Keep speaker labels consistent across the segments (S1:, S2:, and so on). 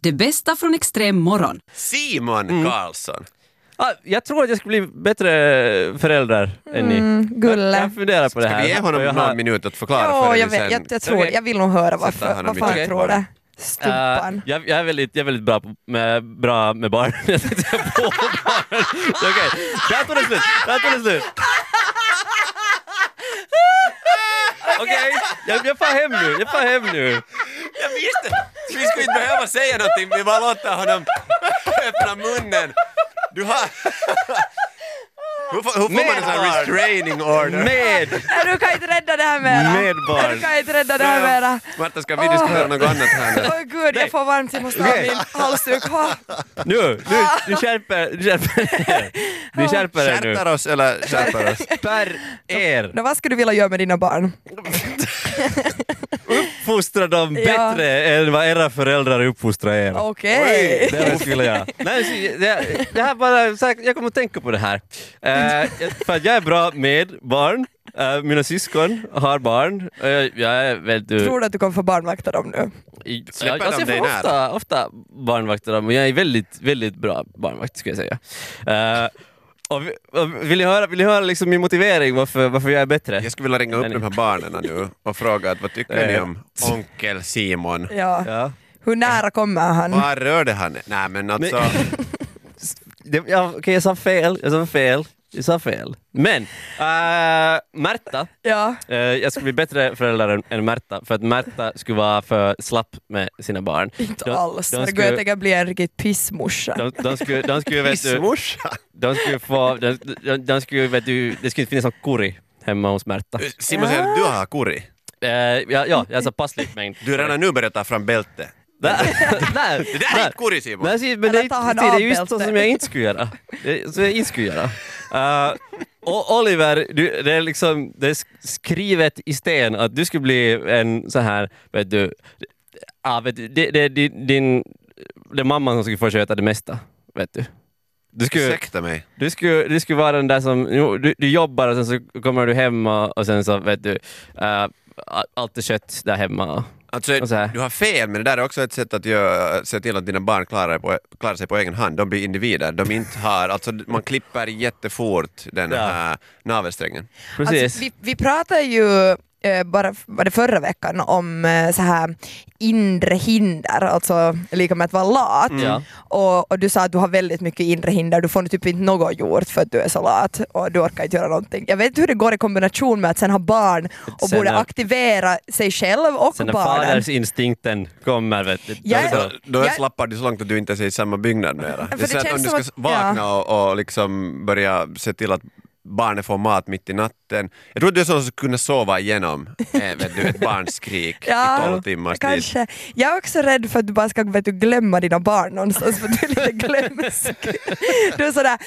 S1: Det bästa från extrem morgon.
S2: Simon
S3: Mm.
S2: Karlsson.
S4: Ah, jag tror att jag skulle bli bättre föräldrar än ni.
S3: Gulle.
S4: Jag, jag funderar på det
S2: Ska
S4: här.
S2: vi ge honom
S4: Och jag
S2: någon
S4: har-
S2: minut att förklara
S3: Ja,
S2: för dig
S3: jag,
S2: sen?
S3: vet, jag, jag, tror,
S4: Okej.
S3: jag vill nog höra
S2: Sätta
S3: varför,
S2: honom i
S3: varför han
S2: trädet.
S3: tror det.
S4: Eh,
S3: Stumpan.
S4: jag, jag är väldigt, jag är väldigt bra, på, med, bra med barn. jag tänkte säga på barn. Okej, där tog det slut. Där tog det slut. Okej, jag, jag far hem nu. Jag far hem nu.
S2: Jag visste! Vi skulle inte behöva säga någonting, vi bara låter honom öppna munnen. Du har... Hur får, hur får man en sån här restraining order?
S4: Med!
S3: Nej, du kan inte rädda det här mera.
S4: Med barn.
S3: Nej, Du kan inte rädda det här mera.
S2: Marta, ska vi diskutera något annat här nu?
S3: Åh gud, jag får varmt, jag måste ha
S4: Nej.
S3: min halsduk. Ha.
S4: Nu, nu, du skärper du skärper er. Du skärper er nu.
S2: Skärper oss eller skärper oss?
S4: Per er.
S3: Nå, vad skulle du vilja göra med dina barn?
S4: Uppfostra dem
S3: Ja.
S4: bättre än vad era föräldrar uppfostrar er.
S3: Okej.
S4: Det här skulle jag. Nej, så jag, det här bara, så här, jag kommer att tänka på det här. Eh, jag- för att jag är bra med barn. Eh, mina syskon har barn. Eh, jag är väldigt...
S3: Tror du att du kommer få barnvakta dem nu?
S4: jag,
S2: Släpper
S4: alltså,
S2: de
S4: jag
S2: dig
S4: får
S2: nära?
S4: ofta, ofta barnvakter dem, men jag är väldigt, väldigt bra barnvakt skulle jag säga. Eh, och, vi- och, vill ni höra, vill ni höra liksom min motivering varför, varför jag är bättre?
S2: Jag skulle vilja ringa upp de här barnen nu och fråga att vad tycker ni om onkel Simon?
S3: Ja.
S4: Ja.
S3: Hur nära kommer han?
S2: Vad rörde han? Nej men alltså...
S4: Det, ja, Okej, jag sa fel. Jag sa fel. Jag sa fel. Men eh, Märta
S3: Ja.
S4: Eh, jag skulle bli bättre förälder än, än Märta, för att Märta skulle vara för slapp med sina barn.
S3: Inte
S4: De-
S3: alls.
S4: de
S3: Det går
S4: skulle-
S3: jag tänka bli en riktig pissmorsa.
S4: De, de skulle, de skulle, vet du,
S2: Pissmorsa!
S4: de skulle få, de, de, de skulle, vet du, det skulle inte finnas någon curry hemma hos Märta.
S2: Simon säger att du har curry.
S4: Eh, ja, ja, alltså passlig mängd.
S2: Du har redan nu börjat ta fram bälte.
S4: Nej,
S2: Det
S4: nej,
S2: där är
S4: nej.
S2: inte curry Simon!
S4: Nej, se, men det, är
S3: Eller ta han
S4: inte- det är just så
S3: avbältet.
S4: som jag inte skulle göra. Det, som jag inte skulle göra. Eh, och Oliver, du, det, är liksom, det är sk- skrivet i sten att du skulle bli en så här, vet du, ah, vet du det, det, det, din, det är mamman som skulle få sköta det mesta. Vet du. Du skulle,
S2: Ursäkta mig.
S4: du, skulle, du skulle vara den där som, jo, du, du jobbar och sen så kommer du hemma och sen så vet du, eh, allt är kött där hemma.
S2: Alltså,
S4: Och så här.
S2: du har fel, men det där är också ett sätt att göra, se till att dina barn klarar, på, klarar sig på egen hand. De blir individer. De inte har, alltså, man klipper jättefort den
S4: Ja.
S2: här navelsträngen.
S4: Precis.
S3: Alltså, vi, vi pratade ju eh, bara f- var det förra veckan om eh, så här inre hinder, alltså lika med att vara lat.
S4: Mm. Ja.
S3: Och, och du sa att du har väldigt mycket inre hinder, du får typ inte något gjort för att du är så lat och du orkar inte göra någonting. Jag vet inte hur det går i kombination med att sen ha barn och
S4: Sen
S3: borde
S4: är-
S3: aktivera sig själv och
S4: Sen när
S3: barnen.
S4: fadersinstinkten kommer, vet du.
S3: Jag är-
S4: Alltså,
S2: Då, då
S3: Jag-
S2: slappar du så långt att du inte är i samma byggnad mera. Det är
S3: det
S2: så att
S3: känns
S2: om du
S3: som
S2: ska
S3: att-
S2: vakna och, och liksom börja se till att barnet får mat mitt i natten. Jag tror att du är sån som skulle kunna sova igenom eh, vet du, ett barns skrik i tolv timmars tid.
S3: kanske. Jag är också rädd för att du bara ska vet du, glömma dina barn någonstans för att du är lite glömsk. Du är sådär,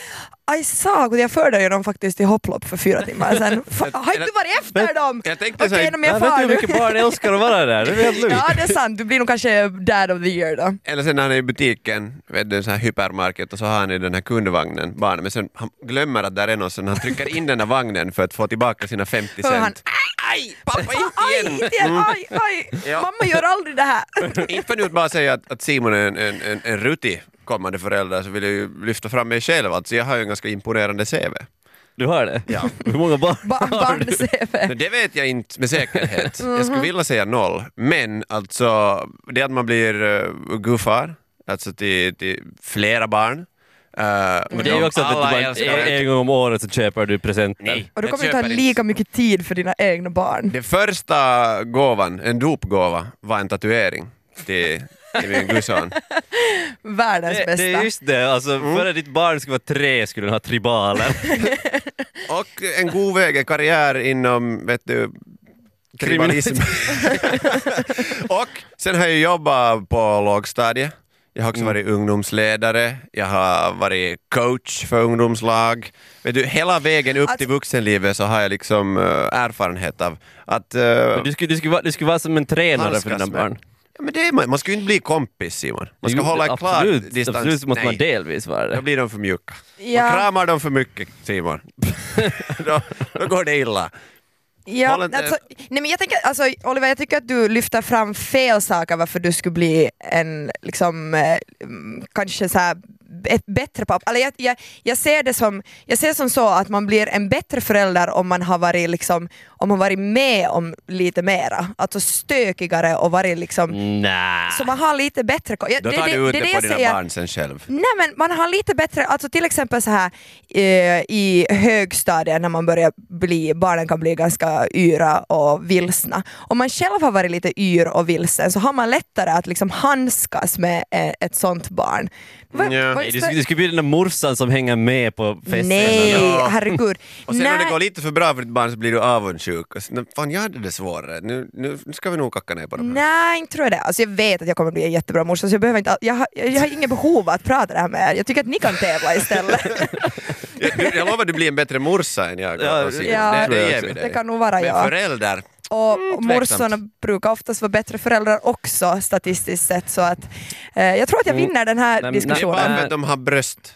S3: I såg, jag förde ju dem faktiskt till hopplopp för fyra timmar sedan. Fan, Har inte du varit efter dem?
S2: Jag tänkte
S3: Okej,
S2: så här-
S3: okay,
S4: jag
S3: jag
S4: vet
S3: far
S4: du hur
S3: nu.
S4: mycket barn älskar att vara där? Det är helt lugnt.
S3: Ja det är sant, du blir nog kanske dad of the year då.
S2: Eller sen när han är i butiken, vet du, så här hypermarket, och så har han i den här kundvagnen barnen, men sen han glömmer att där är någon, så han trycker in den här vagnen för att få tillbaka sina 50
S3: Hör han,
S2: cent. Aj! Pappa,
S3: Aj,
S2: inte igen! Mm.
S3: inte igen, aj, aj.
S2: Ja.
S3: Mamma gör aldrig det här.
S2: Inte för att nu bara säga att, att Simon är en, en, en, en rutig kommande förälder, så vill jag ju lyfta fram mig själv, alltså jag har ju en ganska imponerande CV.
S4: Du hör det?
S2: Ja.
S4: Hur många barn
S3: Ba-
S4: har du?
S3: Barn-CV.
S2: Men det vet jag inte med säkerhet. Jag skulle vilja säga noll, men alltså det att man blir uh, guffar, alltså till, till flera barn, eh, och
S4: Det är ju
S2: de
S4: också att du
S2: alla
S4: bara,
S2: älskar
S4: en, en gång om året så köper du presenter.
S2: Nej,
S3: Och du
S2: jag
S3: kommer inte ha
S2: köper
S3: lika mycket tid för dina egna barn.
S2: Det första gåvan, en dopgåva, var en tatuering till, till min gusson.
S3: Världens
S4: Det,
S3: bästa.
S4: det är just det, alltså
S2: Mm.
S4: före ditt barn skulle vara tre skulle den ha tribaler.
S2: Och en god väg, en karriär inom, vet du, tribalism. och sen har jag jobbat på lågstadiet. Jag har också varit ungdomsledare, jag har varit coach för ungdomslag. Vet du, hela vägen upp
S3: Att-
S2: till vuxenlivet så har jag liksom eh, erfarenhet av att... eh,
S4: Du skulle, du, skulle vara, du skulle vara som en tränare för
S2: Handskas
S4: dina
S2: med.
S4: barn.
S2: ja, men det är, man man ska ju inte bli kompis Simon. Man ska
S4: Jo,
S2: hålla en klar
S4: absolut,
S2: distans.
S4: Absolut måste man
S2: Nej.
S4: delvis vara
S2: Då
S4: det.
S2: blir de för mjuka.
S3: Ja.
S2: Man kramar dem för mycket, Simon. då, då går det illa.
S3: Ja,
S2: Valen-
S3: alltså, nej men jag tänker, alltså, Oliver, jag tycker att du lyfter fram fel saker varför du skulle bli en, liksom, eh, mm, kanske så här, ett bättre pappa. Alltså, jag, jag, jag ser det som, jag ser som så att man blir en bättre förälder om man har varit, liksom, om man varit med om lite mera. Alltså stökigare och varit liksom,
S4: Nej.
S3: så man har lite bättre koll. Ja,
S2: Mm. Då tar du ut det,
S3: är
S2: på
S3: jag
S2: dina
S3: säger.
S2: barn sen själv.
S3: Nej men man har lite bättre, alltså till exempel så här eh, i högstadiet när man börjar bli, barnen kan bli ganska yra och vilsna. Om man själv har varit lite yr och vilsen så har man lättare att liksom handskas med eh, ett sånt barn. Vad-
S2: Nja.
S3: vad-
S4: Nej, du, skulle- du skulle bli den där morsan som hänger med på festen.
S3: Nej,
S2: Ja.
S3: herregud.
S2: Och sen när det
S3: Nej.
S2: går lite för bra för ditt barn så blir du avundsjuk. Och sen, fan, jag hade det svårare. Nu, nu, nu ska vi nog kacka ner på dem. här.
S3: Nej, inte tror jag det. Alltså jag vet att jag kommer bli en jättebra morsa så jag, behöver inte, all- jag, har, jag har inget behov av att prata det här med er. Jag tycker att ni kan tävla istället.
S2: Jag, du- jag lovar, du blir en bättre morsa än jag.
S4: Ja,
S2: och Sigrid.
S3: ja.
S2: det, det ger vi
S4: Det
S2: dig.
S3: det kan nog vara
S2: Men
S3: jag.
S2: förälder,
S3: Och
S2: Mm, tveksamt.
S3: morsorna brukar oftast vara bättre föräldrar också statistiskt sett så att eh, jag tror att jag vinner den
S4: Nej,
S3: här
S4: men-
S2: Mm. det är
S3: diskussionen.
S2: bara
S4: Personer.
S2: för att de har bröst.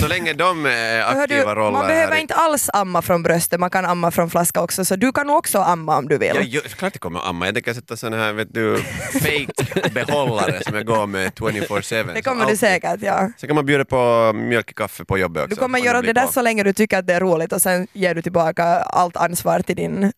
S2: Så länge de är
S3: Hör
S2: aktiva
S3: du,
S2: roller
S3: man behöver
S2: här i-
S3: inte alls amma från bröstet, man kan amma från flaska också så du kan nog också amma om du vill.
S2: Ja, ju- klart jag kommer amma. Jag tänker sätta sån här vet du, fake behållare som jag går med 24-7.
S3: det
S2: Så
S3: kommer du
S2: alltid-
S3: säkert, ja.
S2: Sen kan man bjuda på mjölk i kaffe på jobbet också.
S3: Du kommer
S2: om
S3: göra
S2: blir
S3: det där
S2: på.
S3: så länge du tycker att det är roligt och sen ger du tillbaka allt ansvar till din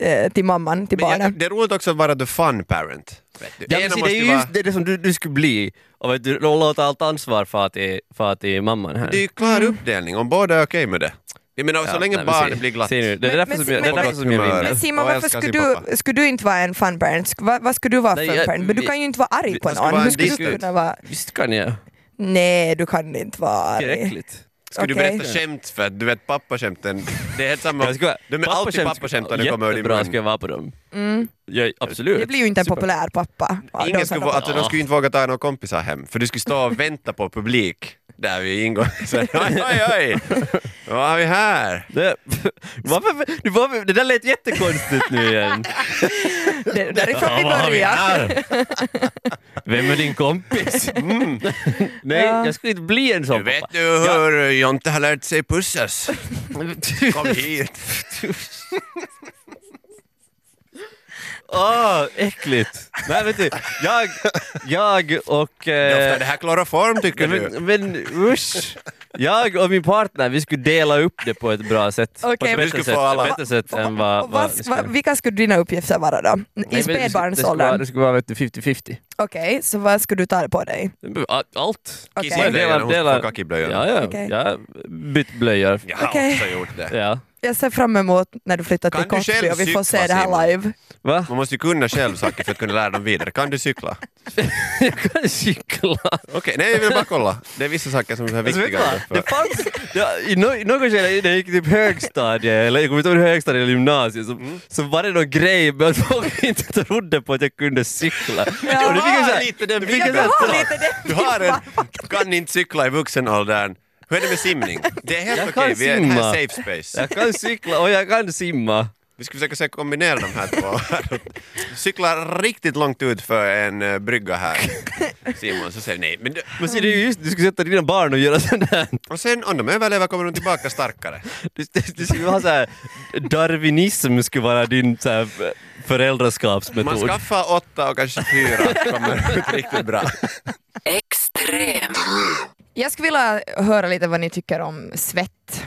S3: eh, till mamman, till
S2: Men jag-
S3: barnen.
S2: det är roligt också att vara the fun parent. Vet du.
S4: Ja, men
S2: Ena
S4: se, det
S2: måste ju
S4: är ju
S2: vara-
S4: just det, det som du, du skulle bli. Och vet du, låta allt ansvar för att det, för att det är mamman här.
S2: det är ju klar uppdelning om båda är okej med det. Jag menar, så
S4: Ja,
S2: länge
S4: nej, men se-
S2: barnet blir glatt.
S4: se nu, det är
S3: Men-
S4: därför
S3: men
S4: som jag, det
S3: se-
S4: är
S3: men-
S4: därför som jag
S2: men-
S4: vinner.
S3: Men Simon,
S2: Och jag
S3: varför
S2: älskar
S3: skulle
S2: sin
S3: du,
S2: pappa.
S3: skulle du inte vara en fun parent? Sk- Vad, vad skulle du vara
S4: Nej,
S3: för
S4: jag-
S3: parent? Men du
S4: vi-
S3: kan ju inte vara arg på
S2: Jag ska vara
S3: någon.
S2: en
S3: Hur skulle du
S2: disput.
S3: kunna vara?
S4: Visst kan jag.
S3: Nej, du kan inte vara arg.
S4: Tillräckligt.
S2: Ska du
S3: Okej.
S2: berätta skämt för att du vet pappaskämten, det är helt samma.
S4: Jag ska,
S2: De är alltid pappaskämt när det kommer ur din
S4: Jättebra
S2: mun.
S4: ska jag vara på dem. Ja, absolut.
S3: Mm. Det blir ju inte en
S4: Super.
S3: populär pappa. Ja, de
S2: Ingen
S3: som
S2: skulle,
S3: har-
S2: vå- alltså, de skulle ju inte våga ta några kompisar hem, för du skulle stå och vänta på publik där vi ingår. Så, oj, oj, oj! Vad har vi här?
S4: Det, varför, du, varför, det där lät jättekonstigt nu igen.
S3: Det- Därifrån vi
S4: vad har vi
S3: börjar.
S4: här? Vem är din kompis? Mm. Nej,
S3: Ja.
S4: jag skulle inte bli en sån
S2: Du vet
S4: pappa.
S2: du hur Jonte har lärt sig pussas? Kom hit!
S4: Åh, äckligt. Nej, vet du. Jag, jag och...
S2: Det är ofta
S4: Eh,
S2: det här kloroform tycker du.
S4: men, men usch. Jag och min partner, vi skulle dela upp det på ett bra sätt.
S3: Okej,
S4: på ett
S3: men-
S4: bättre
S2: Du skulle
S4: sätt,
S2: få alla-
S4: bättre sätt än vad...
S3: Och vad,
S4: vad-
S3: vad, vilka skulle dina uppgifter vara då?
S4: Nej,
S3: I
S4: men det skulle- Det skulle vara,
S3: spädbarnsåldern?
S4: det skulle vara vet du, 50-50.
S3: Okej, så vad skulle du ta på dig?
S4: Allt.
S3: Okej.
S2: Kissa i blöjorna,
S4: Delar-
S2: hon ska
S4: delar-
S2: få kaka i
S4: Ja,
S2: blöjorna.
S4: ja.
S3: Okej.
S4: Jag har bytt blöjor.
S2: Jag har
S3: Okej.
S2: också gjort det.
S4: Ja.
S3: Jag ser fram emot när du flyttar
S2: Kan
S3: till
S2: du själv
S3: Kottby och vi får
S2: cykla,
S3: se det här
S2: Simon?
S3: live.
S4: Va?
S2: Man måste ju kunna själv saker för att kunna lära dem vidare. Kan du cykla?
S4: Jag kan cykla.
S2: Okej, nej jag vill bara kolla. Det är vissa saker som är så här
S4: Alltså, vet du
S2: viktiga.
S4: vad?
S2: för-
S4: Det fanns, ja, i, no, I någon skede när jag gick typ högstadiet, eller jag kommer inte ihåg högstadiet eller gymnasiet, så,
S2: Mm.
S4: så var det någon grej med att folk inte trodde på att jag kunde cykla.
S3: Ja.
S4: Och det fick jag
S2: har
S4: så här-
S2: lite den
S4: det fick jag
S2: bilden.
S4: så här-
S3: Jag har lite den
S2: Du har en, kan inte cykla i vuxenåldern. Hur är det med simning? Det är helt
S4: Jag kan
S2: okej, vi är här
S4: simma.
S2: safe space.
S4: Jag kan cykla och jag kan simma.
S2: Vi ska försöka se- kombinera de här två. Cykla riktigt långt ut för en eh, brygga här. Simon, så säger nej. Men det,
S4: Men se, det är ju just, du ska sätta dina barn och göra sån där...
S2: och sen om de överlever kommer de tillbaka starkare.
S4: Du, du, du skulle ha så här, darwinism skulle vara din så här,
S2: Man
S4: föräldraskapsmetod.
S2: skaffar åtta och kanske fyra kommer ut riktigt bra.
S1: Extrem.
S3: Jag skulle vilja höra lite vad ni tycker om svett.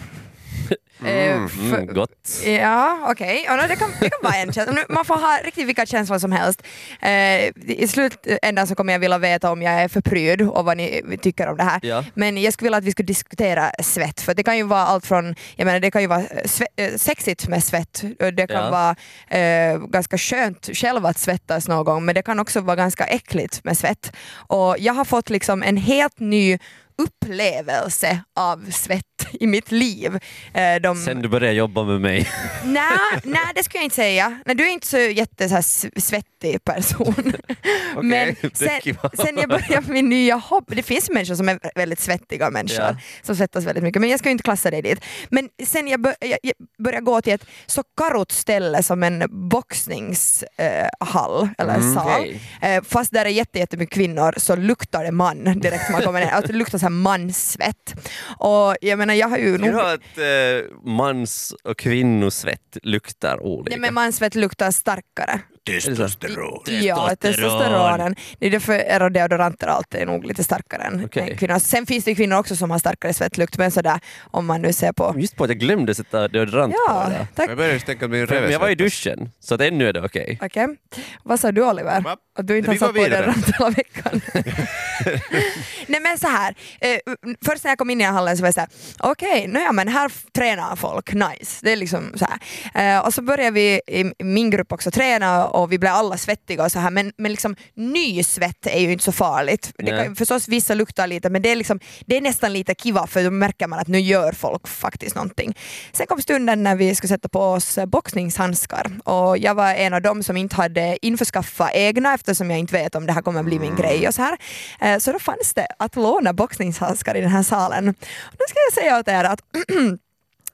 S3: Eh, för-
S4: Mm, gott.
S3: Ja, okej. Ja, no, det, kan, det kan vara en känsla. Nu, Man får ha riktigt vilka känslor som helst. Eh, I slutändan så kommer jag vilja veta om jag är för pryd och vad ni tycker om det här.
S4: Ja.
S3: Men jag skulle vilja att vi skulle diskutera svett, för det kan ju vara allt från, jag menar det kan ju vara eh, sve, eh, sexigt med svett, och det kan
S4: Ja.
S3: vara eh, ganska skönt själv att svettas någon gång, men det kan också vara ganska äckligt med svett. Och jag har fått liksom en helt ny upplevelse av svett i mitt liv. Eh, de-
S4: Sen du började jobba med mig.
S3: Nej, nej, det skulle jag inte säga. Nej, du är inte så jätte så här, s- svettig person. Men
S4: det är
S3: sen,
S4: kul.
S3: sen jag började med min nya hobby, det finns ju människor som är väldigt svettiga människor
S4: Ja.
S3: som svettas väldigt mycket, men jag ska ju inte klassa dig dit. Men sen jag, bör, jag, jag började gå till ett så karot ställe som en boxningshall eller sal,
S4: Mm, Okej.
S3: eh, fast där är jätte, jättemycket Alltså, kvinnor så luktar det man direkt när man kommer ner, att det luktar så här manssvett. Och jag menar, jag har ju
S4: Tycker du
S3: nog...
S4: att eh, mans och kvinnosvett luktar olika?
S3: Ja, men mansvett luktar starkare.
S2: Testosteron.
S3: Ja, testosteronen. Det är därför är deodoranter alltid nog lite starkare än
S4: Okej.
S3: än kvinnor. Sen finns det ju kvinnor också som har starkare svettlukt, men sådär om man nu ser på...
S4: Just på att jag glömde sätta deodorant på
S3: Ja,
S4: det.
S3: tack.
S2: Jag börjar just tänka att min
S4: Men
S2: röv
S4: jag var i duschen, så att ännu är det okej.
S3: Okej. Vad sa du Oliver?
S2: Va?
S3: Att du inte
S2: Vi
S3: har
S2: går
S3: satt på dig
S2: vidare.
S3: runt hela veckan? Nej men så här. Eh, först när jag kom in i hallen så var jag såhär, okej, okay, ja men här f- tränar folk, nice. Det är liksom så här. Eh, och så började vi i min grupp också träna och vi blev alla svettiga och så här men, men liksom ny svett är ju inte så farligt. Det
S4: Nej.
S3: kan, ju- förstås vissa luktar lite men det är, liksom, det är nästan lite kiva för då märker man att nu gör folk faktiskt någonting. Sen kom stunden när vi skulle sätta på oss eh, boxningshandskar och jag var en av dem som inte hade införskaffa egna eftersom jag inte vet om det här kommer bli min grej och så här. Eh, Så då fanns det att låna boxningshandskar i den här salen. Och nu ska jag säga åt er att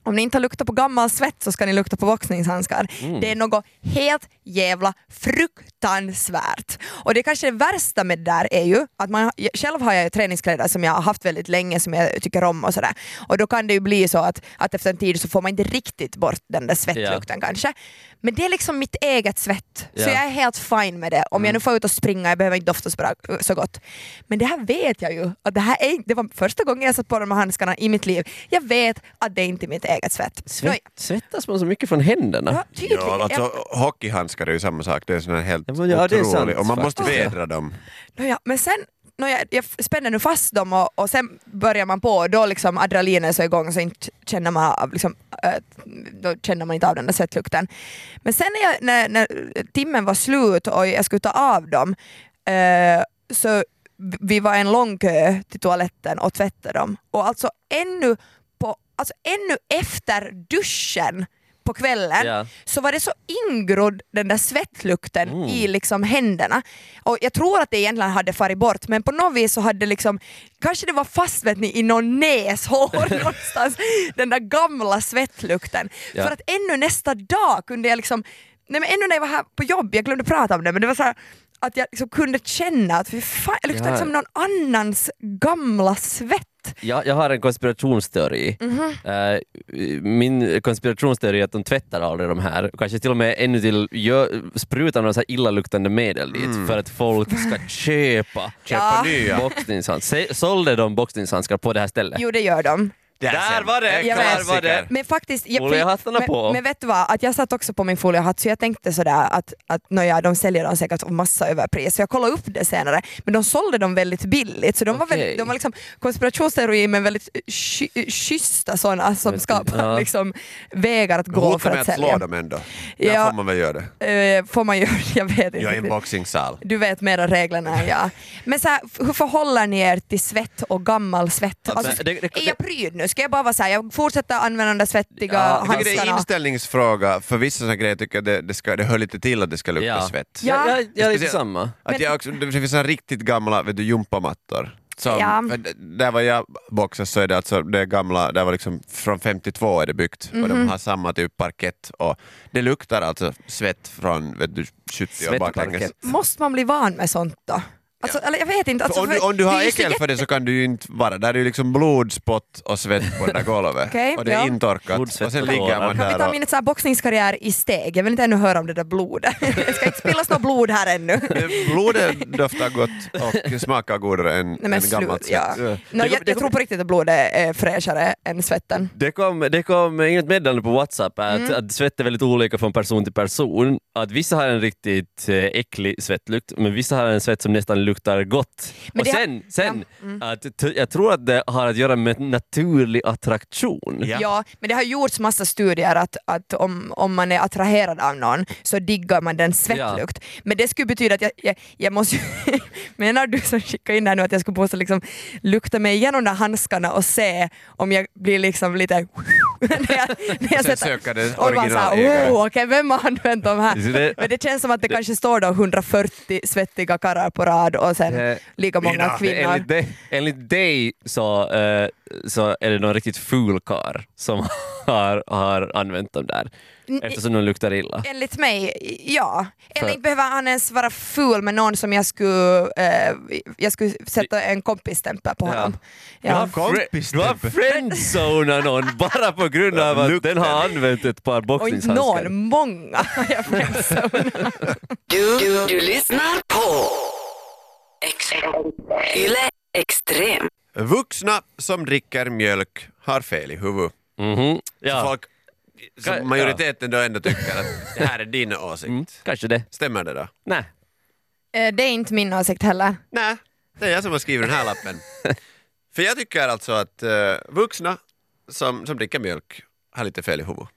S3: om ni inte har luktat på gammal svett så ska ni lukta på boxningshandskar. Det är något helt jävla fruktansvärt. Och det kanske det värsta med det där är ju att man, jag- själv har jag ju träningskläder som jag har haft väldigt länge som jag tycker om och sådär. Och då kan det ju bli så att, att efter en tid så får man inte riktigt bort den där svettlukten kanske. Men det är liksom mitt eget svett. Så
S4: Ja. Mm.
S3: jag är helt fine med det. Om jag nu får ut och springa, jag behöver inte dofta så, bra, så gott. Men det här vet jag ju. Att det, här är, det var första gången jag satt på de här handskarna i mitt liv. Jag vet att det är inte är mitt eget svett.
S4: Svett, svettas man så mycket från
S3: Ja,
S4: händerna?
S3: tydligen.
S2: Ja, alltså hockeyhandskar är ju samma sak. Det är sån här helt
S4: Ja, men ja, det är
S2: otroligt.
S4: sant
S2: Och man måste
S4: faktiskt.
S2: vädra dem.
S3: Nåja, men sen nåja, jag spänner nu fast dem och, och sen börjar man på och då liksom adrenalinet är så igång så inte känner man av liksom, eh, då känner man inte av den där svettlukten. Men sen när, jag, när, när timmen var slut och jag skulle ta av dem eh, så vi- vi var en lång kö till toaletten och tvättade dem och alltså ännu, på, alltså ännu efter duschen på kvällen
S4: Ja.
S3: så var det så ingrodd den där svettlukten
S4: Mm.
S3: i liksom händerna. Och jag tror att det egentligen hade farit bort men på något vis så hade liksom, kanske det var fast vet ni, i någon näshår någonstans, den där gamla svettlukten.
S4: Ja.
S3: För att ännu nästa dag kunde jag liksom, nej men ännu när jag var här på jobb, jag glömde prata om det men det var så här att jag liksom kunde känna att fy fan, jag luktade
S4: Ja.
S3: som någon annans gamla svett.
S4: Jag, jag har en konspirationsteori.
S3: Mhm.
S4: Eh, min konspirationsteori är att de tvättar aldrig de här, kanske till och med ännu till gör, sprutar några så här illaluktande medel dit för att folk ska köpa
S2: Mm. Köpa
S3: Ja.
S2: nya.
S4: boxningshandskar. Sålde de boxningshandskar på det här stället?
S3: Jo det gör de.
S4: Där var det!
S3: Jag
S4: Där
S3: vet.
S4: var det!
S3: Men faktiskt, jag,
S4: Foliehattarna
S3: men,
S4: på.
S3: men vet du vad, att jag satt också på min foliehatt så jag tänkte sådär att, att nåja, de säljer dem säkert för massa överpris. Så jag kollade upp det senare, men de sålde dem väldigt billigt. Så de var,
S4: Okej.
S3: väldigt, de var liksom konspirationsteorier men väldigt ky, schyssta sådana som
S4: Vet-
S3: skapar
S4: ja.
S3: liksom, vägar att gå
S2: Hota
S3: för
S2: med
S3: att
S2: att slå
S3: sälja.
S2: dem ändå.
S3: Ja.
S2: Där får man väl göra det.
S3: Eh, får man ju, jag vet
S2: Jag är
S3: inte.
S2: i en
S3: riktigt.
S2: boxningssal.
S3: Du vet mera reglerna än jag. Men så här, f- hur förhåller ni er till svett och gammal svett?
S4: det-
S3: Alltså,
S4: det-
S3: är jag pryd nu? Ska jag bara vara så här, jag fortsätter använda de där svettiga
S4: Ja, jag
S2: Jag tycker det är en
S3: handskarna?
S2: inställningsfråga. För vissa såna grejer tycker jag det, det, ska, det hör lite till att det ska lukta svett.
S3: Ja.
S4: Jag, jag, jag är lite
S2: Speciellt-
S4: samma.
S2: Att jag också, det finns såna riktigt gamla vet du, jumpamattor. Som,
S3: Ja.
S2: för d- Där var jag boxas så är det alltså det gamla, där var liksom från 52 är det byggt och
S3: Mhm.
S2: de har samma typ parkett och det luktar alltså svett från vet du, 70 och
S4: Svett och
S2: baklänges.
S4: parkett.
S3: Måste man bli van med sånt då? Alltså, eller jag vet inte. Alltså,
S2: För om, du, om du
S3: det är
S2: har
S3: ju så
S2: äckel för det så kan du ju inte vara där. är ju liksom blodspott och svett på det där golvet.
S3: Okej,
S2: och det är
S3: ja.
S2: intorkat.
S4: Blod, svett
S2: Och sen
S4: och
S2: ligger
S4: tårar.
S2: man
S3: Kan vi ta
S2: där och...
S3: min så här boxningskarriär i steg? Jag vill inte ännu höra om det där blodet. Det ska inte spillas något blod här ännu.
S2: Eh, Blodet doftar gott och smakar godare än,
S3: Nej,
S2: än
S3: men
S2: gammalt Eh,
S3: slut, ja.
S2: svett.
S3: Nå,
S4: Det-
S3: jag,
S4: det-
S3: jag tror på riktigt att blodet är fräschare än svetten.
S4: Det kom, det kom inget meddelande på Whatsapp att,
S3: Mm.
S4: att svett är väldigt olika från person till person. Att vissa har en riktigt eh, äcklig svettlukt, men vissa har en svett som nästan luktar gott.
S3: Men
S4: och
S3: det har- mm.
S4: sen, sen att, t- jag tror att det har att göra med naturlig attraktion.
S2: Ja.
S3: Ja. men det har gjorts massa studier att, att om, om man är attraherad av någon så diggar man den svettlukt. Men det skulle betyda att jag, jag, jag måste ju... Menar du som skickade in det här nu att jag skulle måste liksom lukta mig igenom de där handskarna och se om jag blir liksom lite... när jag, när jag
S2: Och sen
S3: sätter-
S2: söka det
S3: och bara såhär,
S2: originalägare.
S3: wow, okej, vem har använt de
S4: Så
S3: här?
S4: det-
S3: Men det känns som att det kanske står då 140 svettiga karlar på rad och sen
S4: Eh, Det-
S3: lika många
S2: Mina-
S3: kvinnor.
S4: Enligt dig, enligt dig så, eh, så är det någon riktigt ful karl som har, har använt dem där. Eftersom de luktar illa.
S3: Enligt mig, ja. Eller
S4: För-
S3: inte behöver han ens vara ful med någon som jag skulle, eh, jag skulle sätta en kompisstämpel på
S4: Ja.
S3: honom.
S4: Du
S3: Ja.
S4: har fri- Du har friendzonat någon bara på grund av att den har använt ett par
S3: Och inte
S4: boxningshandskar.
S3: någon, många har jag friendzonat.
S1: Du, du, du lyssnar på Ex- Yle Extrem.
S2: Vuxna som dricker mjölk har fel i huvudet.
S4: Mhm.
S2: Så
S4: Ja,
S2: Folk, så
S4: Ka-
S2: majoriteten då ändå tycker att det här är din åsikt.
S4: mm, kanske det.
S2: Stämmer det då?
S4: Nej.
S3: Eh, Det är inte min åsikt heller.
S2: Nej, det är jag som har skrivit den här lappen. För jag tycker alltså att eh, vuxna som, som dricker mjölk har lite fel i huvudet.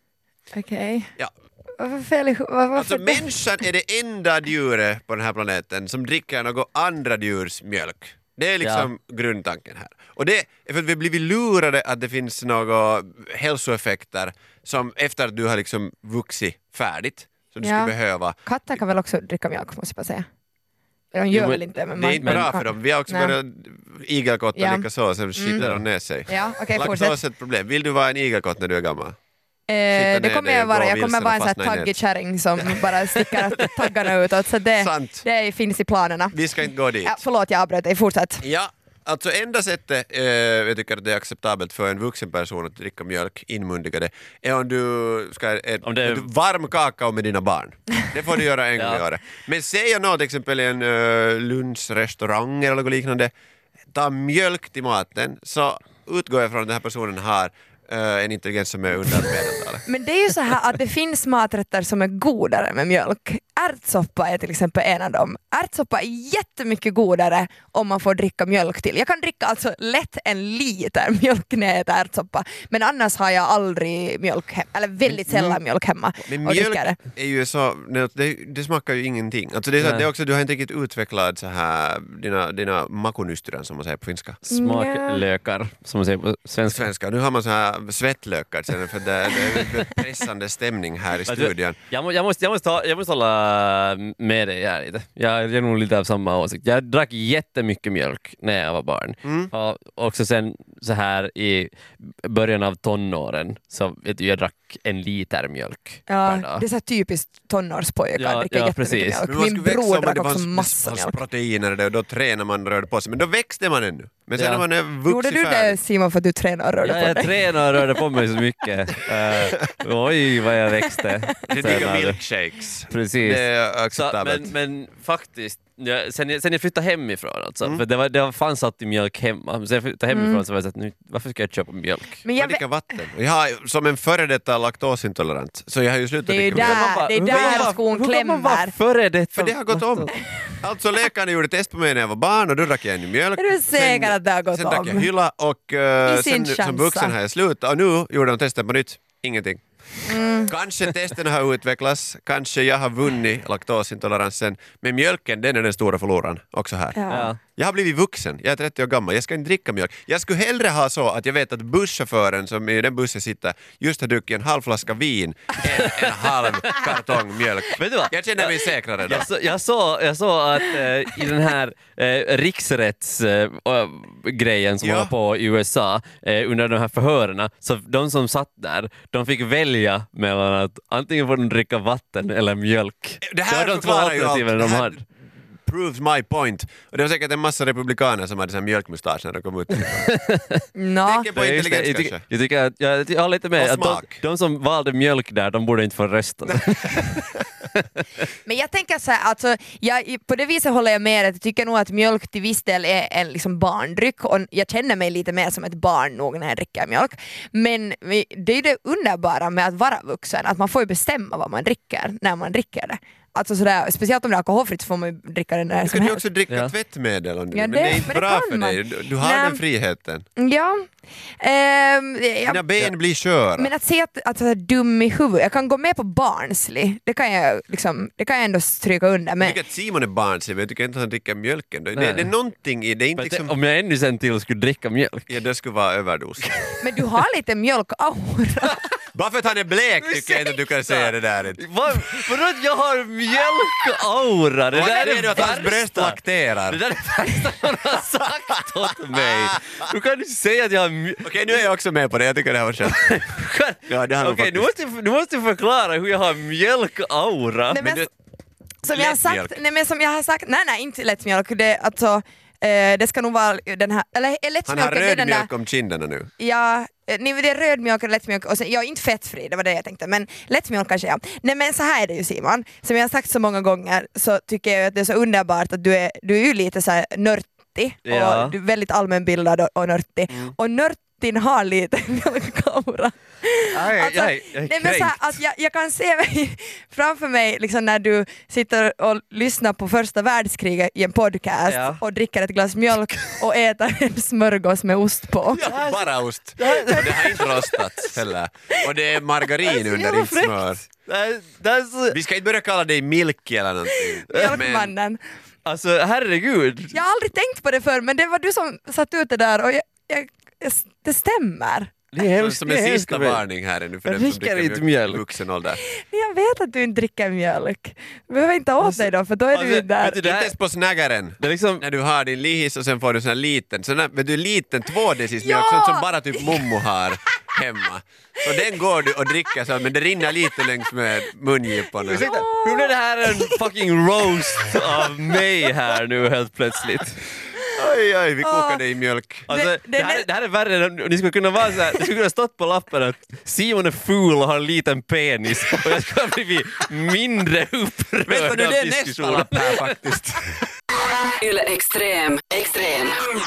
S3: Okej.
S2: Ja.
S3: Varför fel i hu- var- varför
S2: Alltså
S3: det?
S2: människan är det enda djuret på den här planeten som dricker något andra djurs mjölk. Det är liksom grundtanken här. Och det är för att vi har blivit lurade att det finns några hälsoeffekter som efter att du har liksom vuxit färdigt, som du
S3: Ja.
S2: skulle behöva.
S3: Katter kan väl också dricka mjölk måste jag bara säga. De gör
S4: men
S3: väl inte men
S2: Det är inte bra
S3: kan.
S2: för dem. Vi har också
S3: Nej.
S2: börjat igelkottar
S3: Ja. Mm.
S2: likaså, sen skiter de ner sig.
S3: Ja, okej fortsätt.
S2: Laktos är ett problem. Vill du vara en igelkott när du är gammal?
S3: Eh,
S2: ner
S3: det kommer
S2: det
S3: jag
S2: och gå
S3: vara. Jag kommer
S2: vilsen
S3: vara en
S2: och
S3: sån här
S2: fastna i nät.
S3: taggig kärring som bara stickar taggarna utåt. Så det,
S2: Sant.
S3: det finns i planerna.
S2: Vi ska inte gå dit.
S3: Ja, förlåt, jag avbröt dig. Fortsätt.
S2: Ja, alltså enda sättet eh, jag tycker att det är acceptabelt för en vuxen person att dricka mjölk, inmundiga det, är om du ska ä-
S4: Om det är-
S2: ät varm kakao med dina barn. Det får du göra en gång i
S4: Ja.
S2: året. Men säg jag något, till exempel i en eh, lunchrestaurang eller något liknande, ta mjölk till maten, så utgår jag från att den här personen har eh, en intelligens som är under medeltalet.
S3: Men det är ju så här att det finns maträtter som är godare med mjölk. Ärtsoppa är till exempel en av dem. Ärtsoppa är jättemycket godare om man får dricka mjölk till. Jag kan dricka alltså lätt en liter mjölk när jag äter ärtsoppa. Men annars har jag aldrig mjölk hemma, eller väldigt sällan mjölk hemma.
S2: Men
S3: och
S2: mjölk
S3: dricker det.
S2: är ju så, det, det smakar ju ingenting. Alltså det är så att
S4: Nej.
S2: det är också, du har inte riktigt utvecklat så här, dina, dina makunystyran som man säger på finska.
S4: Smaklökar, som man säger på svenska.
S2: svenska. Nu har man så här svettlökar till exempel, för det, det är en pressande stämning här i
S4: Vet du,
S2: studion.
S4: Jag, må, jag, måste, jag, måste, ha- jag måste hålla med dig här lite. Jag är nog lite av samma åsikt. Jag drack jättemycket mjölk när jag var barn.
S2: Mm.
S4: Och också sen så här i början av tonåren så vet du, jag drack en liter mjölk per
S3: Ja,
S4: dag.
S3: det är så här typiskt tonårspojkar,
S4: Ja,
S3: dricker
S4: ja,
S3: jättemycket
S4: precis.
S3: mjölk.
S2: Men man
S3: Min
S2: skulle växa
S3: bror
S2: om
S3: drack
S2: det
S3: också
S2: fanns-
S3: massa
S2: det fanns
S3: mjölk.
S2: proteiner där och då tränar man och rörde på sig. Men då växte man ännu. Men sen
S4: Ja.
S2: när man är
S3: Gjorde
S2: vuxen
S3: du det Simon för att du tränade och rörde
S4: Ja,
S3: på
S4: jag
S3: dig?
S4: tränade och rörde på mig så mycket. Eh, oj, vad jag växte.
S2: Det
S4: Sen
S2: diggar
S4: hade-
S2: milkshakes.
S4: Precis.
S2: Det är
S4: Så,
S2: acceptabelt.
S4: men, men faktiskt, ja, sen, jag- sen jag flyttade hemifrån alltså, för det, var, det var, fanns alltid mjölk hemma. Men Sen jag flyttade hemifrån så var jag så att nu, varför ska jag köpa mjölk?
S3: Men
S2: Man
S3: jag,
S2: dricker vatten. Och Jag har, som en före detta laktosintolerant, så jag har ju slutat
S3: Det är ju
S2: dricka mjölk.
S3: där-
S4: Man bara,
S3: det är
S4: hur
S3: där
S4: kan man-
S3: skon
S4: hur kan man
S3: klämmer.
S4: vara Före detta?
S2: För det har gått om. Alltså läkarna gjorde test på mig när jag var barn och då drack jag ännu mjölk.
S3: Är du säker
S2: Sen-
S3: att det har gått
S2: Sen drack jag
S3: om?
S2: hylla och eh,
S3: I sin
S2: sen, nu- som
S3: chansa.
S2: vuxen har jag slutat och nu gjorde de testen på nytt. Ingenting.
S3: Mm.
S2: Kanske testen har utvecklats, kanske jag har vunnit laktosintoleransen, men mjölken den är den stora förloraren också här.
S3: ja.
S4: Ja.
S2: Jag har blivit vuxen, jag är 30 år gammal, jag ska inte dricka mjölk. Jag skulle hellre ha så att jag vet att busschauffören som i den bussen sitter just har druckit en halv flaska vin än en halv kartong mjölk.
S4: Vet du vad?
S2: Jag känner mig säkrare då.
S4: Jag, så, jag, såg, jag såg att eh, i den här eh, riksrättsgrejen eh, ö, grejen som
S2: Ja.
S4: håller på i USA eh, under de här förhörerna, så de som satt där, de fick välja mellan att antingen får de dricka vatten eller mjölk.
S2: Det här
S4: var de två
S2: förklarar ju
S4: alternativen
S2: allt.
S4: de
S2: Det här-
S4: hade.
S2: Proves my point. Och det var säkert en massa republikaner som hade sån här mjölkmustasch när de kom ut.
S3: Nå.
S2: Tänker på
S4: Ja, just
S2: intelligens
S4: det. jag,
S2: kanske.
S4: tycker, jag, tycker att, jag, jag håller lite med.
S2: Och
S4: Att de,
S2: smak.
S4: de som valde mjölk där, de borde inte få rösta.
S3: Men jag tänker så här, alltså, jag, i- på det viset håller jag med dig. Jag tycker nog att mjölk till viss del är en liksom barndryck och jag känner mig lite mer som ett barn nog när jag dricker mjölk. Men vi- det är ju det underbara med att vara vuxen, att man får ju bestämma vad man dricker när man dricker det. Alltså sådär, speciellt om det är alkoholfritt så får man ju dricka det när
S2: Du
S3: som
S2: kan ju
S3: helst.
S2: också dricka
S4: Ja.
S2: tvättmedel om du
S3: Ja,
S2: vill,
S3: det-
S2: men det är inte
S3: men det
S2: bra
S3: kan
S2: för dig.
S3: man.
S2: Du, du har
S3: Nej.
S2: den friheten.
S3: Ja. Ehm, jag-
S2: Dina ben blir sköra.
S3: Men att säga att, att jag är dum i huvudet, jag kan gå med på barnslig, det kan jag, liksom, det kan jag ändå stryka under.
S2: Jag
S3: Men,
S2: tycker att Simon är barnslig, men jag tycker inte att han dricker mjölken. Det, det,
S4: Nej.
S2: det är någonting i det, är inte liksom...
S4: Om jag ännu sen till skulle dricka mjölk.
S2: Ja, det skulle vara överdos.
S3: men du har lite mjölkaura.
S2: Bara för att han är blek tycker jag inte du kan säga det där. inte.
S4: Vad- Vadå att jag har mjölkaura? Det
S2: Vad
S4: där
S2: är
S4: är
S2: det att hans bröst
S4: värsta-
S2: lakterar?
S4: Det där är det värsta någon har sagt åt mig. Du kan inte säga att jag har mjölk...
S2: Okej, nu är jag också med på det. Jag tycker det här var skönt. Ja, det har
S4: Okej,
S2: du
S4: du,
S2: faktiskt.
S4: måste, du måste förklara hur jag har mjölkaura.
S3: Nej, men,
S2: du-
S3: som jag har sagt,
S2: lättmjölk.
S3: nej men som jag har sagt, nej nej inte lättmjölk, det, är alltså, eh, det ska nog vara den här, eller eh,
S2: Han
S3: lättmjölken
S2: har
S3: det är
S2: röd
S3: den
S2: mjölk
S3: där,
S2: om kinderna nu.
S3: ja, eh, nej, men det är rödmjölk och lättmjölk och sen, jag är inte fettfri, det var det jag tänkte, men lättmjölk kanske jag. Nej men så här är det ju Simon, som jag har sagt så många gånger så tycker jag ju att det är så underbart att du är, du är ju lite så här nörtig och
S4: Ja. Mm.
S3: du är väldigt allmänbildad och, och nörtig. Och nörtin har lite mjölkaura.
S4: Aj,
S3: Alltså,
S4: aj, jag är
S3: nej, men så här,
S4: kränkt.
S3: alltså, jag, jag kan se mig framför mig liksom, när du sitter och lyssnar på första världskriget i en podcast
S4: Ja.
S3: och dricker ett glas mjölk och äter en smörgås med ost på.
S2: Bara ost. Det har inte rostats heller. Och det är margarin under,
S4: jävla
S2: inte smör.
S4: Det här- det här är så-
S2: Vi ska inte börja kalla dig Milky eller någonting. Men
S3: Mjölkmannen.
S4: Alltså herregud.
S3: Jag har aldrig tänkt på det förr men det var du som satte ut det där och jag, jag, jag, det stämmer.
S4: Det är hemskt.
S2: som
S4: det är
S2: en
S4: hemskt,
S2: sista
S4: men-
S2: varning här är nu för
S4: Jag
S2: den som
S4: dricker
S2: dricker
S4: inte
S2: mjölk i
S4: mjölk.
S2: vuxen ålder.
S3: Men jag vet att du inte dricker mjölk. Du behöver inte ha åt dig då för då är du ju
S4: alltså,
S3: där.
S4: vet du,
S2: Inte
S4: Det här-
S2: ens på snaggaren.
S4: Det är liksom...
S2: När du har din lihis och sen får du sån här liten, sån här, vet du, liten två decils mjölk,
S3: Ja!
S2: sånt som bara typ mommo har hemma. Så den går du och dricker så, men det rinner lite längs med mungiporna.
S4: Ursäkta, hur blev det här en fucking roast av mig här nu helt plötsligt?
S2: Oj, oj, vi kokade i mjölk.
S4: Alltså, det,
S3: Det- det-
S4: här, det här är värre än, ni skulle kunna vara så här, ni skulle kunna stått på lappen att Simon är ful och har en liten penis och jag skulle ha blivit mindre
S2: Vänta
S4: upprörd
S2: nu,
S4: av
S2: det är nästa
S4: diskussionen.
S2: lapp här faktiskt.
S1: Yle Extrem. Extrem.